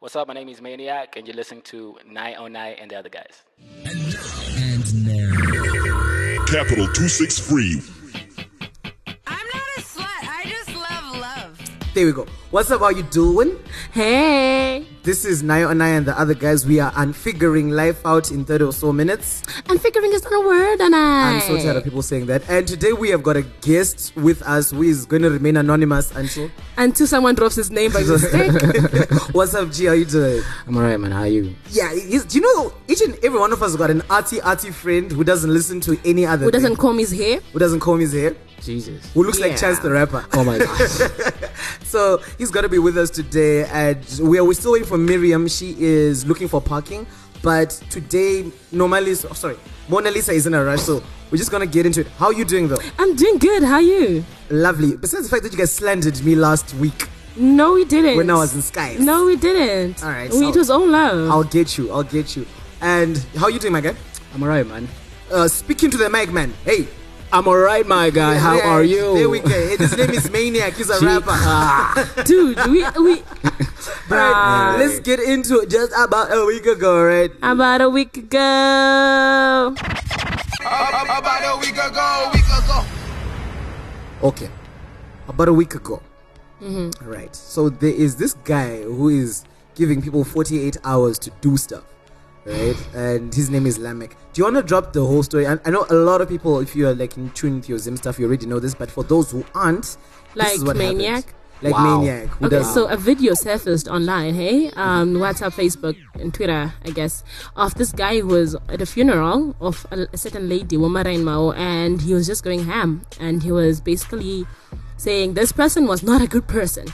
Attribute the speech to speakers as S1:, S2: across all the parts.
S1: What's up? My name is Maniac, and you're listening to Night on Night and the other guys.
S2: And now,
S3: Capital 263.
S4: I'm not a slut. I just love love.
S5: there we go. What's up? How you doing?
S6: Hey,
S5: This is Nayo and I and the other guys. We are unfiguring life out in 30 or so minutes.
S6: I'm figuring it's not a word, and I.
S5: I'm so tired of people saying that. And today we have got a guest with us who is going to remain anonymous until.
S6: Until someone drops his name by mistake.
S5: What's up, G? How you doing?
S7: I'm alright, man. How are you?
S5: Yeah, he's, do you know each and every one of us got an arty arty friend who doesn't listen to any other
S6: Who
S5: thing,
S6: doesn't comb his hair?
S5: who doesn't comb his hair,
S7: Jesus.
S5: who looks like Chance the rapper.
S7: Oh my gosh.
S5: So he's gonna be with us today, and we are we're still waiting for Miriam. She is looking for parking, but today normally, oh, sorry, Mona Lisa is in a rush, so we're just gonna get into it. How are you doing though?
S6: I'm doing good. How are you?
S5: Lovely. Besides the fact that you guys slandered me last week
S6: No, we didn't.
S5: when I was in Sky,
S6: No, we didn't.
S5: All right,
S6: We,
S5: so-
S6: it was own love.
S5: I'll get you. I'll get you. And how are you doing, my guy?
S7: I'm alright, man.
S5: Uh, speaking to the mic, man. Hey,
S7: I'm alright, my guy. How
S5: Yeah,
S7: are you?
S5: There we go. His name is Maniac. He's a
S7: Gee,
S5: rapper.
S7: ah.
S6: Dude, we
S5: All
S6: we
S5: right, let's get into it. Just about a week ago, right?
S6: about a week ago.
S8: About a week ago, week ago.
S5: Okay. About a week ago.
S6: Mm-hmm.
S5: All right. So there is this guy who is giving people 48 hours to do stuff, right? and his name is Lamek. Do you want to drop the whole story? I, I know a lot of people, if you are like in tune with your Zim stuff, you already know this, but for those who aren't, this
S6: Like
S5: is what happened.
S6: Maniac?
S5: Like
S7: Wow.
S5: Maniac. Who
S6: Okay,
S5: does
S6: so a video surfaced online, hey, um, WhatsApp, Facebook, and Twitter, I guess, of this guy who was at a funeral of a, a certain lady, Womara in Mao, and he was just going ham, and he was basically saying this person was not a good person.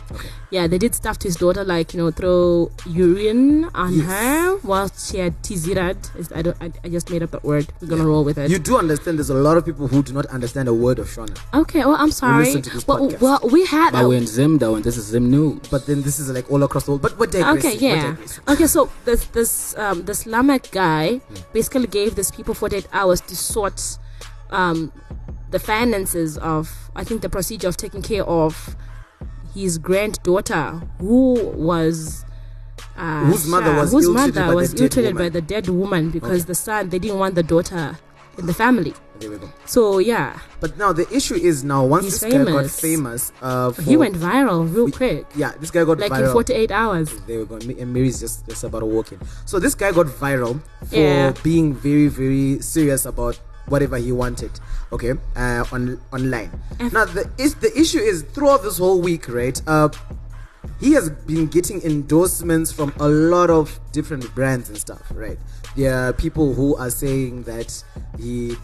S6: Yeah, they did stuff to his daughter, like you know, throw urine on
S5: Yes.
S6: her while she had tizirad. Is- I don't, I, I just made up that word. We're gonna roll with it.
S5: You do understand there's a lot of people who do not understand a word of Shona.
S6: okay, well, I'm sorry.
S5: listen to this
S6: Well,
S5: podcast.
S6: well, we had
S7: but we're in Zim though, and this is Zim News.
S5: But then this is like all across the world. But what
S6: Okay,
S5: digressing. we're
S6: yeah.
S5: digressing.
S6: Okay, so this this um, this Lamek guy basically gave these people 48 hours to sort um, the finances of I think the procedure of taking care of his granddaughter who was uh,
S5: Whose mother was
S6: whose
S5: ill-treated by
S6: mother
S5: the
S6: was
S5: dead
S6: ill-treated by
S5: woman.
S6: the dead woman because the son they didn't want the daughter in the family.
S5: There we go.
S6: So yeah,
S5: But now the issue is now once
S6: He's
S5: this guy got
S6: famous.
S5: famous, uh, for,
S6: he went viral real quick,
S5: Yeah, this guy got
S6: like
S5: viral.
S6: in 48 hours.
S5: There we go. Mi- And Mary's just just about to walk in. So this guy got viral for
S6: Yeah.
S5: being very very serious about whatever he wanted. Okay, uh, on online. now the is, the issue is throughout this whole week, right? Uh, he has been getting endorsements from a lot of different brands and stuff, right? There are people who are saying that he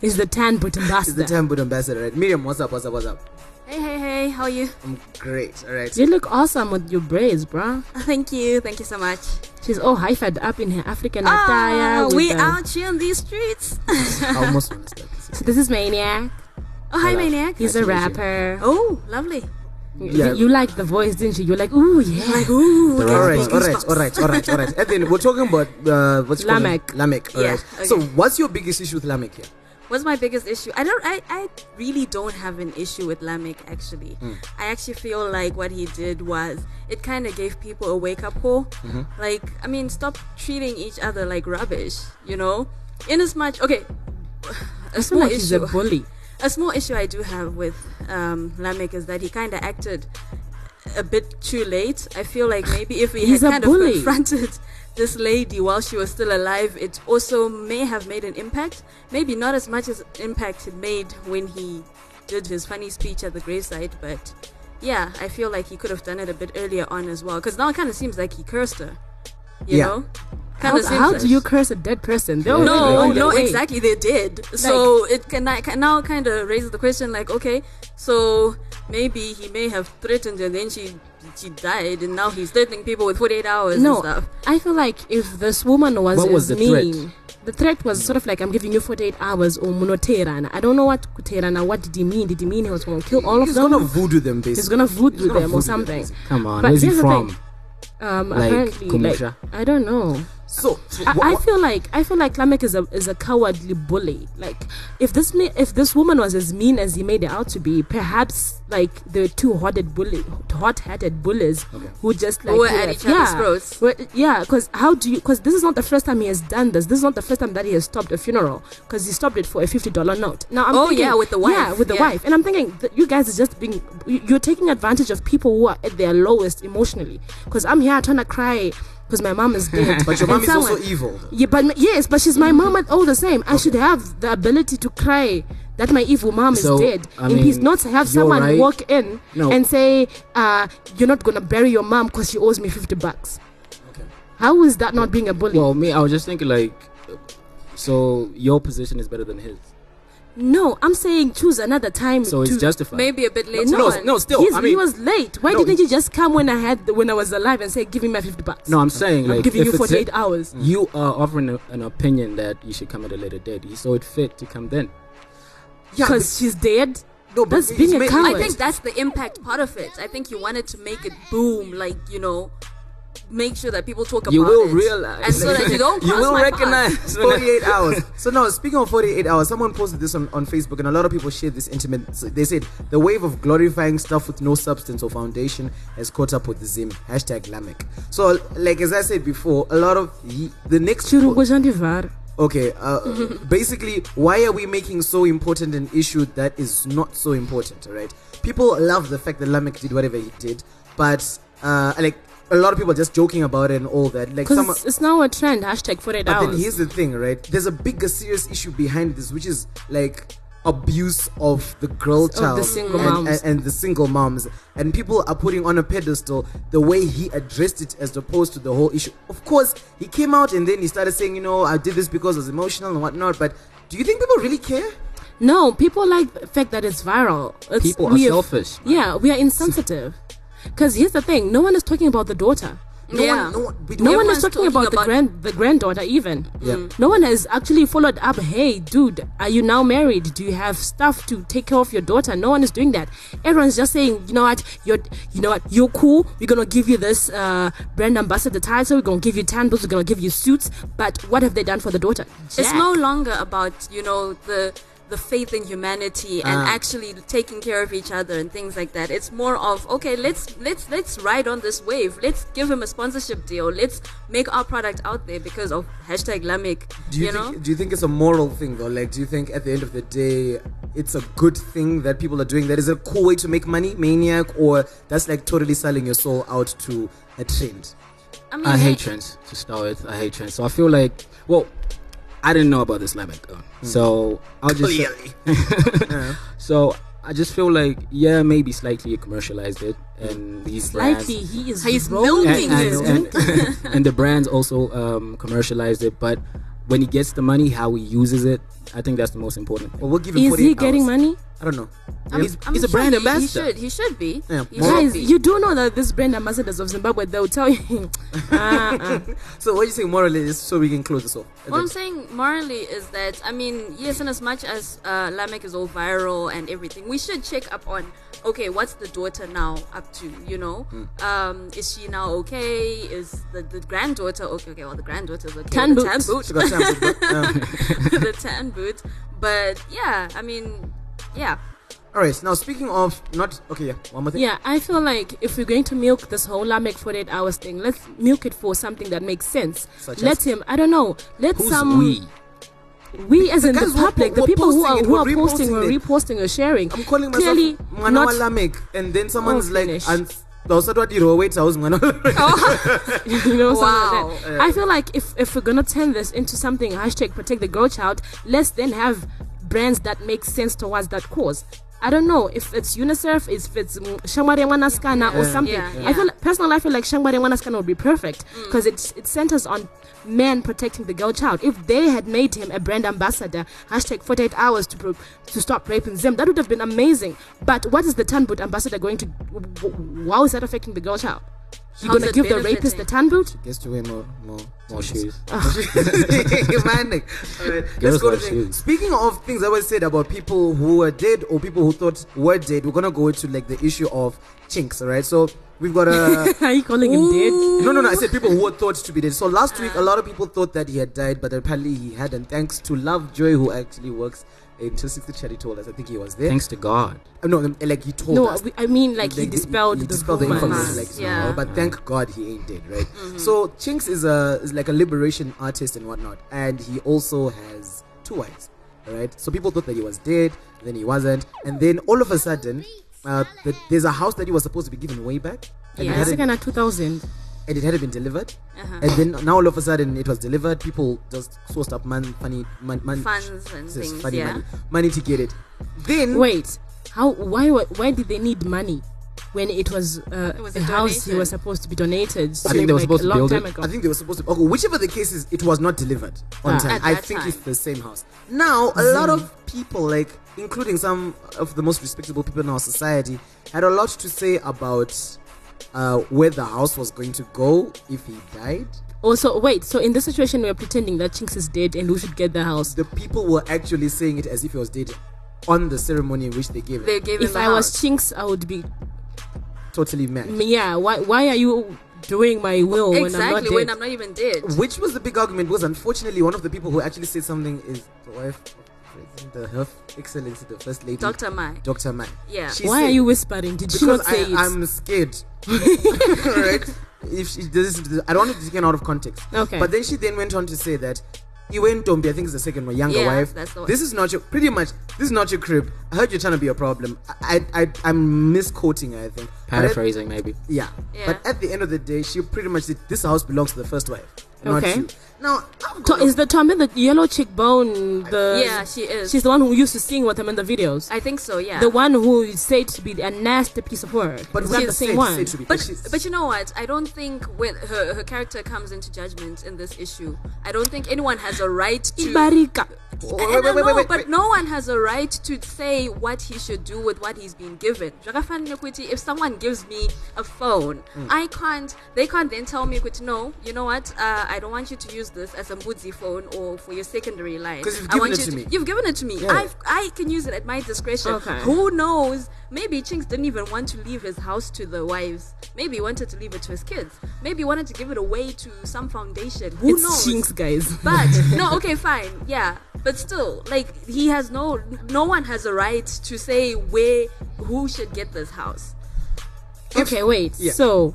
S6: He's the tan but
S5: is the
S6: ambassador.
S5: Tambud ambassador, right? Miriam, what's up? What's up? What's up?
S9: Hey, hey, hey, how are you?
S5: I'm great. All right.
S6: You look awesome with your braids, bruh.
S9: Thank you, thank you so much.
S6: She's all hyphed up in her African attire.
S9: Ah,
S6: with
S9: we
S6: the-
S9: out here on these streets.
S5: I almost want to start this.
S6: This is Maniac.
S9: Oh, hi, Maniac.
S6: He's a rapper.
S9: Oh, lovely.
S5: Yeah.
S6: You, you liked the voice, didn't you? You're like, ooh, yeah.
S9: Like, ooh,
S5: All right, all right, all right, all right, all right. And then we're talking about uh, what's
S6: Lamech.
S5: Lamek. All
S9: Yeah,
S5: right.
S9: okay.
S5: So, what's your biggest issue with Lamek here?
S9: What's my biggest issue? I don't. I, I really don't have an issue with Lamek. Actually, I actually feel like what he did was it kind of gave people a wake up call. Like, I mean, stop treating each other like rubbish. You know, in as much okay.
S6: I
S9: A
S6: feel
S9: small
S6: like he's a
S9: issue.
S6: bully.
S9: A small issue I do have with um, Lamek is that he kind of acted a bit too late. I feel like maybe if we had
S6: He's a
S9: kind
S6: bully.
S9: of confronted this lady while she was still alive, it also may have made an impact. Maybe not as much as impact it made when he did his funny speech at the gravesite, but yeah, I feel like he could have done it a bit earlier on as well. Because now it kind of seems like he cursed her. You
S5: Yeah.
S9: know?
S6: How,
S9: Kinda seems
S6: how
S9: like-
S6: do you curse a dead person? They'll
S9: no,
S6: already go
S9: no,
S6: their way.
S9: exactly. They did. so it can, I can now kind of raises the question, like, okay, so maybe he may have threatened, and then she she died, and now he's threatening people with 48 hours and
S6: No,
S9: stuff.
S6: I feel like if this woman was,
S7: What was
S6: as
S7: the threat?
S6: mean, the threat was sort of like, I'm giving you 48 hours or munoterana. I don't know what kuterana, what did he mean? Did he mean he was going to kill all
S5: He's
S6: of them?
S5: gonna voodoo them, basically.
S6: he's gonna voodoo
S5: gonna
S6: them
S5: voodoo them,
S6: or something.
S5: basically.
S7: Come on,
S6: But
S7: where's he
S6: here's the
S7: from?
S6: thing. Um,
S7: Like
S6: apparently, like,
S7: Kumusha?
S6: I don't know.
S5: So, so
S6: I,
S5: wha-
S6: I
S5: wha-
S6: feel like I feel like Lamek is a is a cowardly bully. Like if this me, if this woman was as mean as he made her out to be, perhaps like there were two hot-headed bully, hot-headed bullies who just like
S9: Who were
S6: were
S9: at
S6: like,
S9: each other's
S6: yeah,
S9: throats.
S6: were- yeah. Because how do you? Because this is not the first time he has done this. This is not the first time that he has stopped a funeral. Because he stopped it for a fifty dollar note. Now I'm
S9: Oh,
S6: thinking,
S9: yeah, with the wife.
S6: yeah, with the
S9: Yeah.
S6: wife. And I'm thinking that you guys are just being you- you're taking advantage of people who are at their lowest emotionally. Because I'm here trying to cry. Because my mom is dead,
S5: But your mom
S6: And
S5: is also
S6: someone-
S5: evil.
S6: yeah, but my- yes, but she's
S7: Mm-hmm.
S6: my mom and all the same. I should have the ability to cry that my evil mom
S7: So,
S6: is dead
S7: I
S6: in peace.
S7: mean,
S6: Not to have
S7: you're
S6: someone
S7: right.
S6: walk in
S7: No.
S6: and say, uh, "You're not gonna bury your mom because she owes me fifty bucks." How is that not being a bully?
S7: Well, me, I was just thinking like, so your position is better than his.
S6: no, I'm saying choose another time.
S7: So
S6: to-
S7: it's justified.
S9: Maybe a bit later
S6: No,
S9: on.
S7: no, still,
S6: He's-
S7: I mean-
S6: he was late. Why
S7: No.
S6: didn't you just come when I had when I was alive and say, "Give me my fifty bucks"?
S7: No, I'm saying like,
S6: giving
S7: if
S6: you
S7: it's
S6: 48
S7: it- mm.
S6: hours.
S7: You are offering a, an opinion that you should come at a later date. You saw it fit to come then.
S5: Yeah,
S6: because she's dead.
S5: No, but
S6: that's
S5: it's
S6: being a
S5: made-
S6: coward.
S9: I think that's the impact part of it. I think he wanted to make it boom, like you know, make sure that people talk about
S7: You will
S9: it,
S7: realize.
S9: and so that you don't.
S7: You
S9: cross
S7: will
S9: my
S7: recognize.
S9: path.
S5: 48 hours. So now, speaking of 48 hours, someone posted this on, on Facebook, and a lot of people shared this intimate. So they said the wave of glorifying stuff with no substance or foundation has caught up with the Zim hashtag Lamek. So, like as I said before, a lot of ye- the next
S6: Chirungo Jandivar.
S5: okay, uh, basically, why are we making so important an issue that is not so important? All right, people love the fact that Lamek did whatever he did, but uh, like a lot of people are just joking about it and all that. Like
S6: Because
S5: someone.
S6: it's, it's now a trend. Hashtag 48
S5: But then
S6: hours.
S5: here's the thing, right? There's a bigger, serious issue behind this, which is like abuse of the girl
S6: the
S5: child
S6: single
S5: and,
S6: moms.
S5: And, and the single moms. And people are putting on a pedestal the way he addressed it as opposed to the whole issue. Of course, he came out and then he started saying, you know, I did this because I was emotional and whatnot. But do you think people really care?
S6: No, people like the fact that it's viral. It's,
S7: People are
S6: we have-
S7: selfish.
S6: Yeah, we are insensitive. Because here's the thing: no one is talking about the daughter.
S5: No
S9: yeah.
S5: one, no one, we-
S6: No one
S9: Everyone's
S6: is talking,
S9: talking
S6: about, the
S9: about-
S6: grand, the granddaughter even.
S5: Yeah. Mm.
S6: No one has actually followed up. Hey, dude, are you now married? Do you have stuff to take care of your daughter? No one is doing that. Everyone's just saying, you know what, you're, you know what, you're cool. We're gonna give you this uh, brand ambassador title. We're gonna give you tandos. We're gonna give you suits. But what have they done for the daughter?
S9: It's
S6: Jack.
S9: no longer about you know the the faith in humanity and
S7: Ah.
S9: actually taking care of each other and things like that. It's more of okay, let's let's let's ride on this wave. Let's give him a sponsorship deal. Let's make our product out there because of hashtag Lamek.
S5: Do you,
S9: you know.
S5: think, do you think it's a moral thing though? Like, do you think at the end of the day, it's a good thing that people are doing that? Is it a cool way to make money, maniac, or that's like totally selling your soul out to a trend?
S9: I mean,
S7: I
S9: hey,
S7: hate trends to start with. I hate trends. So I feel like, well, I didn't know about this Lamek. uh,
S1: Hmm.
S7: So I'll just. so I just feel like, yeah, maybe slightly you commercialized it, and these brands.
S6: Likely he is.
S9: He's
S6: rolling
S9: milking
S6: in
S9: it.
S6: gold.
S7: and, and, and the brands also um, commercialized it. But when he gets the money, how he uses it, I think that's the most important.
S5: Well, we'll give him
S6: Is
S5: 48
S6: he getting
S5: hours.
S6: money?
S5: I don't know.
S7: he's
S9: I'm
S7: he's a
S9: sure
S7: brand
S9: he-
S7: ambassador.
S9: He should. He should be.
S5: Yeah,
S9: He
S5: more-
S9: should
S6: Guys,
S9: be.
S6: you do know that this brand ambassadors of Zimbabwe they'll tell you. uh-uh.
S5: So, what do you think morally, just so we can close this off?
S9: What I'm saying morally is that I mean, yes, in as much as uh, Lamek is all viral and everything, we should check up on okay, what's the daughter now up to? You know, um, is she now okay? Is the, the granddaughter okay? Okay, well, the granddaughter's okay.
S6: Tan
S9: the
S6: boot.
S9: tan boot,
S5: She got time to- Um, yeah.
S9: the tan boot. But yeah, I mean, yeah,
S5: All right, now speaking of not. Okay, yeah, one more thing.
S6: yeah, I feel like if we're going to milk this whole Lamek 48 hours thing, let's milk it for something that makes sense.
S5: Such
S6: let
S5: as?
S6: him, I don't know, let
S7: Who's
S6: some.
S7: we?
S6: We as in the
S5: guys who are
S6: public,
S5: po-
S6: the
S5: who are
S6: people who
S5: posting
S6: are,
S5: it,
S6: who
S5: who
S6: are
S5: are
S6: posting or
S5: reposting it.
S6: reposting or sharing.
S5: I'm calling myself
S6: clearly
S5: Mwana
S6: not.
S5: Lamek, and then someone's like,
S6: finished.
S5: and. Ndawusatwatiro, wait, I was Mwana Lamek.
S6: you know, something like
S9: Wow.
S6: that. I feel like if if we're gonna turn this into something hashtag protect the girl child, let's then have brands that make sense towards that cause. I don't know if it's UNICEF, if it's mm, Shangwari Wanaskana or something.
S9: Yeah,
S6: I
S9: yeah. Mm.
S6: feel personally, I feel like Shangwari Wanaskana would be perfect because it it centers on men protecting the girl child. If they had made him a brand ambassador, hashtag 48 hours to pro- to stop raping them, that would have been amazing. But what is the Tanboot ambassador going to? w- w- How is that affecting the girl child? You
S9: How's
S6: gonna
S9: it
S6: give the rapist
S9: benefiting?
S6: the tan boot?
S5: Gets to wear more, more,
S7: More shoes.
S5: My neck. All right, let's
S7: Girls
S5: go to
S7: are
S5: thing.
S7: shoes.
S5: Speaking of things that were said about people who were dead or people who thought were dead, we're gonna go to like the issue of chinks, all right? So We've got a.
S6: Are you calling him dead?
S5: No, no, no. I said people who were thought to be dead. So last week, a lot of people thought that he had died, but apparently he hadn't. Thanks to Lovejoy, who actually works in 260 Charity, told us. I think he was there.
S7: Thanks to God.
S5: Uh, No, um, like he told
S6: No,
S5: us.
S6: we- I mean like he
S5: Like,
S6: dispelled
S5: he
S6: the
S5: dispelled the
S6: rumors.
S5: information, like
S9: Yeah. Mm-hmm.
S5: somehow, but thank God he ain't dead, right? So Chinks is a is like a liberation artist and whatnot, and he also has two wives, all right? So people thought that he was dead, then he wasn't, and then all of a sudden, uh, the, there's a house that he was supposed to be given way back, and
S9: Yeah. Uh-huh.
S5: it hadn't
S6: Second at 2000.
S5: and it hadn't been delivered. And then now all of a sudden it was delivered. People just sourced up man, funny, man, man,
S9: Funds and
S5: says
S9: things,
S5: funny
S9: yeah.
S5: money, money to get it. Then
S6: Wait, how? Why? wa- Why did they need money when it was, uh,
S9: was
S6: a
S9: a
S6: house he
S9: donation.
S6: was supposed to be donated?
S5: think they
S6: like,
S5: were
S7: supposed
S6: a
S7: to
S6: long
S7: build
S6: time
S7: it.
S6: ago.
S5: I think they were supposed to. Okay, whichever the case is, it was not delivered on
S6: Ah.
S5: time.
S9: At
S5: I
S9: that
S5: think
S9: time.
S5: it's the same house. Now, a lot of people, like including some of the most respectable people in our society, had a lot to say about uh, where the house was going to go if he died.
S6: Also, wait. So in this situation, we are pretending that Chinks is dead and we should get the house.
S5: The people were actually saying it as if he was dead on the ceremony in which they gave it.
S9: They gave him
S6: if
S9: the
S6: I
S9: house.
S6: was Chinks, I would be.
S5: totally mad.
S6: Yeah. Why? Why are you doing my will when I'm not
S9: exactly
S6: dead?
S9: when I'm not even dead.
S5: Which was the big argument was unfortunately one of the people who actually said something is the wife of President- the Her Excellency, the First Lady,
S9: Dr. Mai.
S5: Dr. Mai.
S9: Yeah.
S5: She
S6: why
S5: said-
S6: are you whispering? Did she
S5: Because
S6: not say
S5: I,
S6: it?
S5: I'm scared. right? If she, this is, I don't want it to be taken out of context.
S6: Okay.
S5: But then she then went on to say that Iwen Tombi, I think is the second one, younger
S9: Yeah,
S5: wife.
S9: that's the one.
S5: This is not your pretty much. This is not your crib. I heard you're trying to be a problem. I, I, I I'm misquoting her. I think. But at-
S7: Paraphrasing, maybe.
S5: yeah.
S9: Yeah.
S5: But at the end of the day, she pretty much said, "This house belongs to the first wife, not
S6: Okay.
S5: you." Now, I'm
S6: To-
S5: gonna-
S6: is the Tom in the yellow cheekbone the?
S9: yeah, she is.
S6: She's the one who used to sing with him in the videos.
S9: I think so, yeah.
S6: the one who is said to be a nasty piece of work.
S5: but
S6: is
S5: what
S6: that
S5: they
S6: the
S5: said-
S6: same one?
S5: said to be-
S9: But
S5: she's-
S9: but you know what? I don't think when her, her character comes into judgment in this issue, I don't think anyone has a right to.
S6: Ibarika.
S5: wait,
S9: And
S5: Oh, wait,
S9: I
S5: wait, wait,
S9: know,
S5: wait,
S9: but
S5: wait.
S9: no one has a right to say what he should do with what he's been given. Zvakafanele ukuthi If someone gives me a phone,
S5: Hmm.
S9: I can't. They can't then tell me, ukuthi, no, you know what? Uh, I don't want you to use this as a Mbuzi phone or for your secondary line.
S5: 'Cause you've
S9: I
S5: given
S9: want
S5: it
S9: you
S5: to me."
S9: You've given it to me.
S5: Yeah.
S9: I've, I can use it at my discretion.
S6: Okay.
S9: Who knows? Maybe Chinks didn't even want to leave his house to the wives. Maybe he wanted to leave it to his kids. Maybe he wanted to give it away to some foundation. Who
S6: it's
S9: knows?
S6: Jinx, guys.
S9: But no, okay, fine, yeah. But still, like he has no, no one has a right to say where, who should get this house.
S6: okay, wait.
S5: Yeah.
S6: So,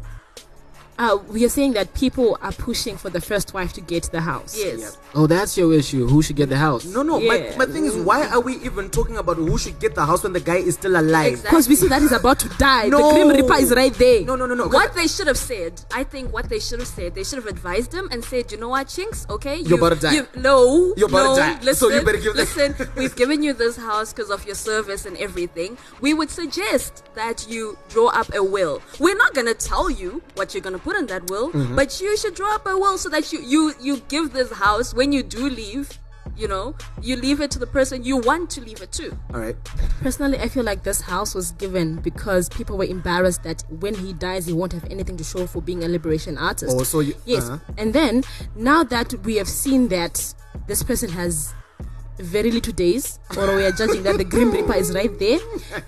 S6: uh, we are saying that people are pushing for the first wife to get the house.
S9: Yes,
S7: Oh, that's your issue. Who should get the house?
S5: No, no.
S6: Yeah.
S5: My, my thing is, why are we even talking about who should get the house when the guy is still alive?
S9: Exactly.
S6: Because we see that he's about to die.
S5: No.
S6: The Grim Reaper is right there.
S5: No, no, no, no.
S9: What they should have said, I think what they should have said, they should have advised him and said, you know what, Chinks, okay, you,
S5: about to die.
S9: You, no,
S5: You're about to
S9: no,
S5: die.
S9: Listen,
S5: So you better give-
S9: listen. we've given you this house because of your service and everything. We would suggest that you draw up a will. We're not gonna tell you what you're gonna put in that will,
S5: Mm-hmm.
S9: but you should draw up a will so that you you you give this house when you do leave. You know, you leave it to the person you want to leave it to.
S5: All right.
S6: Personally, I feel like this house was given because people were embarrassed that when he dies, he won't have anything to show for being a liberation artist.
S5: Oh, so you-
S6: yes.
S5: uh-huh.
S6: And then now that we have seen that this person has very little days, or we are judging that the Grim Reaper is right there,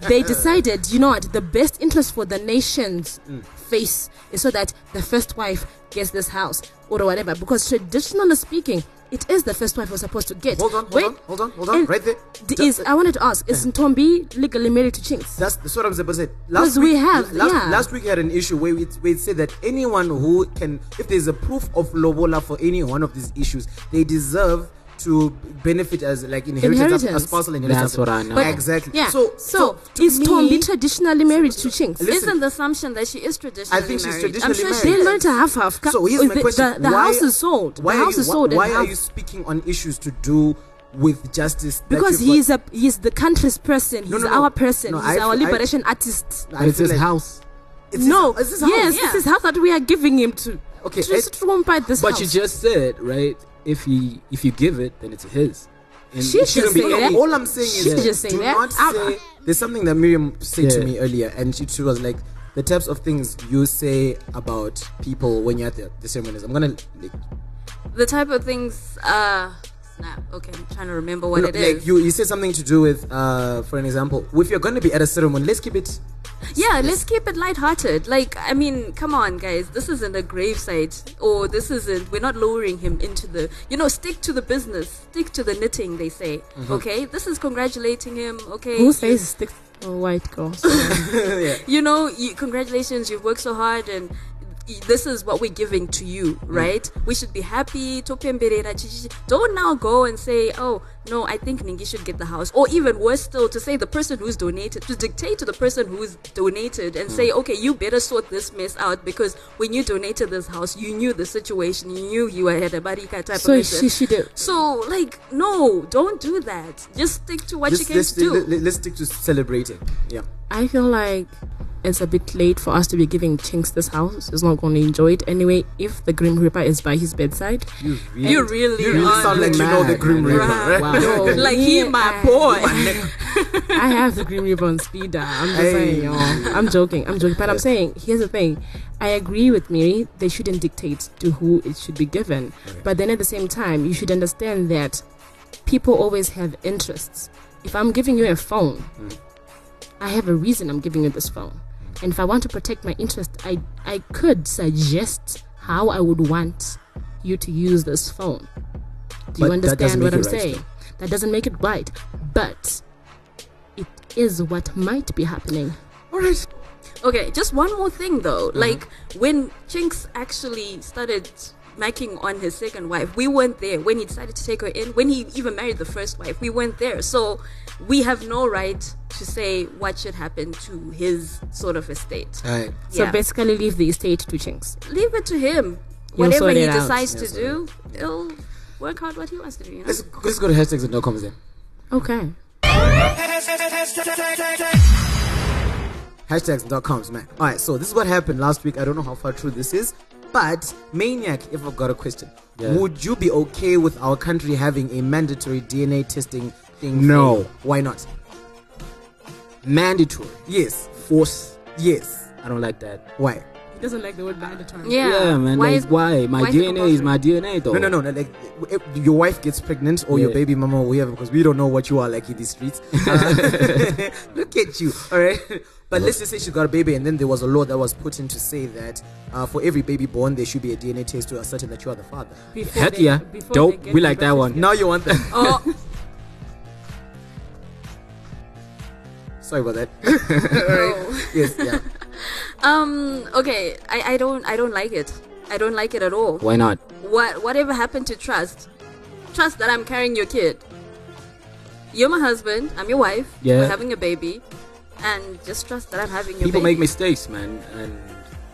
S6: they decided, you know what, the best interest for the nation's face is so that the first wife gets this house or whatever. Because traditionally speaking. It is the first wife we're supposed to get.
S5: Hold on, hold
S6: Wait.
S5: on, hold on, hold on,
S6: And
S5: right there. Uh-huh.
S6: d-
S5: Ju-
S6: Is I wanted to ask: Is Ntombi legally married to Chinks?
S5: That's the sort of about to say.
S6: 'Cause we have,
S5: last,
S6: yeah.
S5: last week we had an issue where we, where it said that anyone who can, if there's a proof of lobola for any one of these issues, they deserve to benefit as like inheritance,
S6: Inheritance.
S5: As, spousal inheritance.
S7: That's what I know. But-
S5: exactly.
S6: Yeah.
S5: So,
S6: so,
S5: to
S6: is
S5: me-
S6: Ntombi traditionally married to Chinks?
S5: Listen,
S9: Isn't the assumption that she is traditionally
S5: I think she's
S9: married?
S5: traditionally
S9: I'm sure she
S6: They're
S5: married.
S9: is.
S6: going to half half.
S5: So here's my
S6: Oh, the,
S5: question:
S6: The, the
S5: Why-
S6: house is sold. The
S5: Why
S6: house
S5: are you,
S6: is sold.
S5: Why,
S6: and
S5: are
S6: half-
S5: you speaking on issues to do with justice? that you've
S6: Because he
S5: got-
S6: is a he is the country's person. He's
S5: No, no, no.
S6: our person.
S5: No,
S6: he's
S5: I-
S6: our
S5: I-
S6: liberation artist.
S5: I
S7: But it's
S5: feel
S7: his
S5: like-
S7: house.
S5: It's
S6: no,
S5: his, it's his
S6: yes,
S5: house.
S9: Yeah.
S6: this is house that we are giving him to.
S5: Okay,
S6: just
S5: it-
S6: from by this
S7: But
S6: house.
S7: you just said, right? If he, if you give it, then it's his. And
S6: She
S7: it
S6: should
S7: shouldn't be.
S6: say
S5: No,
S6: that.
S5: all I'm saying
S6: She
S5: is
S6: should just say
S5: do
S6: that. Ah,
S5: not
S6: I'm-
S5: say. There's something that Miriam said to
S7: Yeah.
S5: me earlier, and she, she was like, "The types of things you say about people when you're at the, the ceremonies." I'm gonna like,
S9: the type of things uh snap okay i'm trying to remember what
S5: no,
S9: it
S5: like
S9: is
S5: you. You said something to do with, uh, for an example, if you're gonna be at a ceremony, let's keep it
S9: Yeah, let's keep it lighthearted. Like, I mean, come on, guys. This isn't a gravesite, or this isn't. We're not lowering him into the. You know, stick to the business, stick to the knitting. They say, okay. This is congratulating him. Okay.
S6: Who says stick oh, white girls?
S9: you know, you, congratulations, you've worked so hard and y- this is what we're giving to you,
S6: Mm.
S9: right? We should be happy. Topemberera, chichichi. Don't now go and say, oh, no, I think Ningi should get the house. Or even worse still, to say the person who's donated, to dictate to the person who's donated
S6: Mm.
S9: and say, okay, you better sort this mess out because when you donated this house, you knew the situation, you knew you had a barika type
S6: so
S9: of
S6: she
S9: issue.
S6: she did.
S9: So, like, no, don't do that. Just stick to what you
S5: Let's,
S9: came
S5: let's,
S9: to do.
S5: let- let's stick to celebrating. Yeah.
S6: I feel like it's a bit late for us to be giving Chinks this house. He's not going to enjoy it anyway. If the Grim Reaper is by his bedside,
S5: You really,
S9: You really,
S5: you really
S9: are
S5: sound like you know the
S6: mad,
S5: Grim
S6: man.
S5: Reaper.
S9: Bruh.
S5: right?
S6: Yo,
S9: like he
S6: me,
S9: my
S6: I-
S9: boy.
S6: I have the Green River on speed dial. I'm just
S5: Hey.
S6: saying, y'all. I'm joking. I'm joking. But I'm saying, here's the thing. I agree with Miri. They shouldn't dictate to who it should be given. But then at the same time, you should understand that people always have interests. If I'm giving you a phone, I have a reason I'm giving you this phone. And if I want to protect my interest, I, I could suggest how I would want you to use this phone. Do you
S5: But that doesn't
S6: understand
S5: make
S6: what I'm
S5: it right,
S6: saying? That doesn't make it right, but it is what might be happening.
S5: All right.
S9: Okay, just one more thing though.
S7: Mm-hmm.
S9: Like when Chinks actually started macking on his second wife, we weren't there. When he decided to take her in, when he even married the first wife, we weren't there. So we have no right to say what should happen to his sort of estate.
S7: Uh,
S5: All right.
S6: So
S9: Yeah.
S6: basically, leave the estate to Chinks.
S9: Leave it to him.
S6: He'll
S9: Whatever
S6: sort
S9: he
S6: it out.
S9: decides to do, he'll work out what he wants to do. You know?
S7: Let's, let's go to hashtags and no comments then.
S6: Okay.
S5: Hashtags.coms, man. All right. So this is what happened last week. I don't know how far true this is, but Maniac, if I've got a question,
S7: Yeah.
S5: would you be okay with our country having a mandatory DNA testing thing?
S7: No.
S5: for- Why not?
S7: Mandatory.
S5: Yes.
S7: Force.
S5: Yes.
S7: I don't like that.
S5: Why?
S6: He doesn't like the word mandatory.
S9: Yeah,
S7: Yeah, man. Why? Like, why? My
S9: why is it
S7: DNA is my DNA, though.
S5: No, no, no, no. Like, if your wife gets pregnant or your
S7: Oh. Yeah.
S5: baby mama or whoever, because we don't know what you are like in these streets.
S7: Uh-huh.
S5: Uh, look at you, all right? But let's just say she got a baby, and then there was a law that was put in to say that uh, for every baby born, there should be a DNA test to ascertain that you are the father.
S6: Before
S7: Heck
S6: they-
S7: yeah.
S6: before they
S7: Dope.
S6: get
S7: We
S6: the
S7: like that
S6: birth
S7: one.
S5: Now you want that.
S9: Oh,
S5: Sorry about that. All right. Yes, yeah.
S9: Um. Okay. I, I don't. I don't like it. I don't like it at all.
S7: Why not?
S9: What Whatever happened to trust? Trust that I'm carrying your kid. You're my husband. I'm your wife.
S7: Yeah.
S9: We're having a baby, and just trust that I'm having your
S7: People
S9: baby.
S7: make mistakes, man, and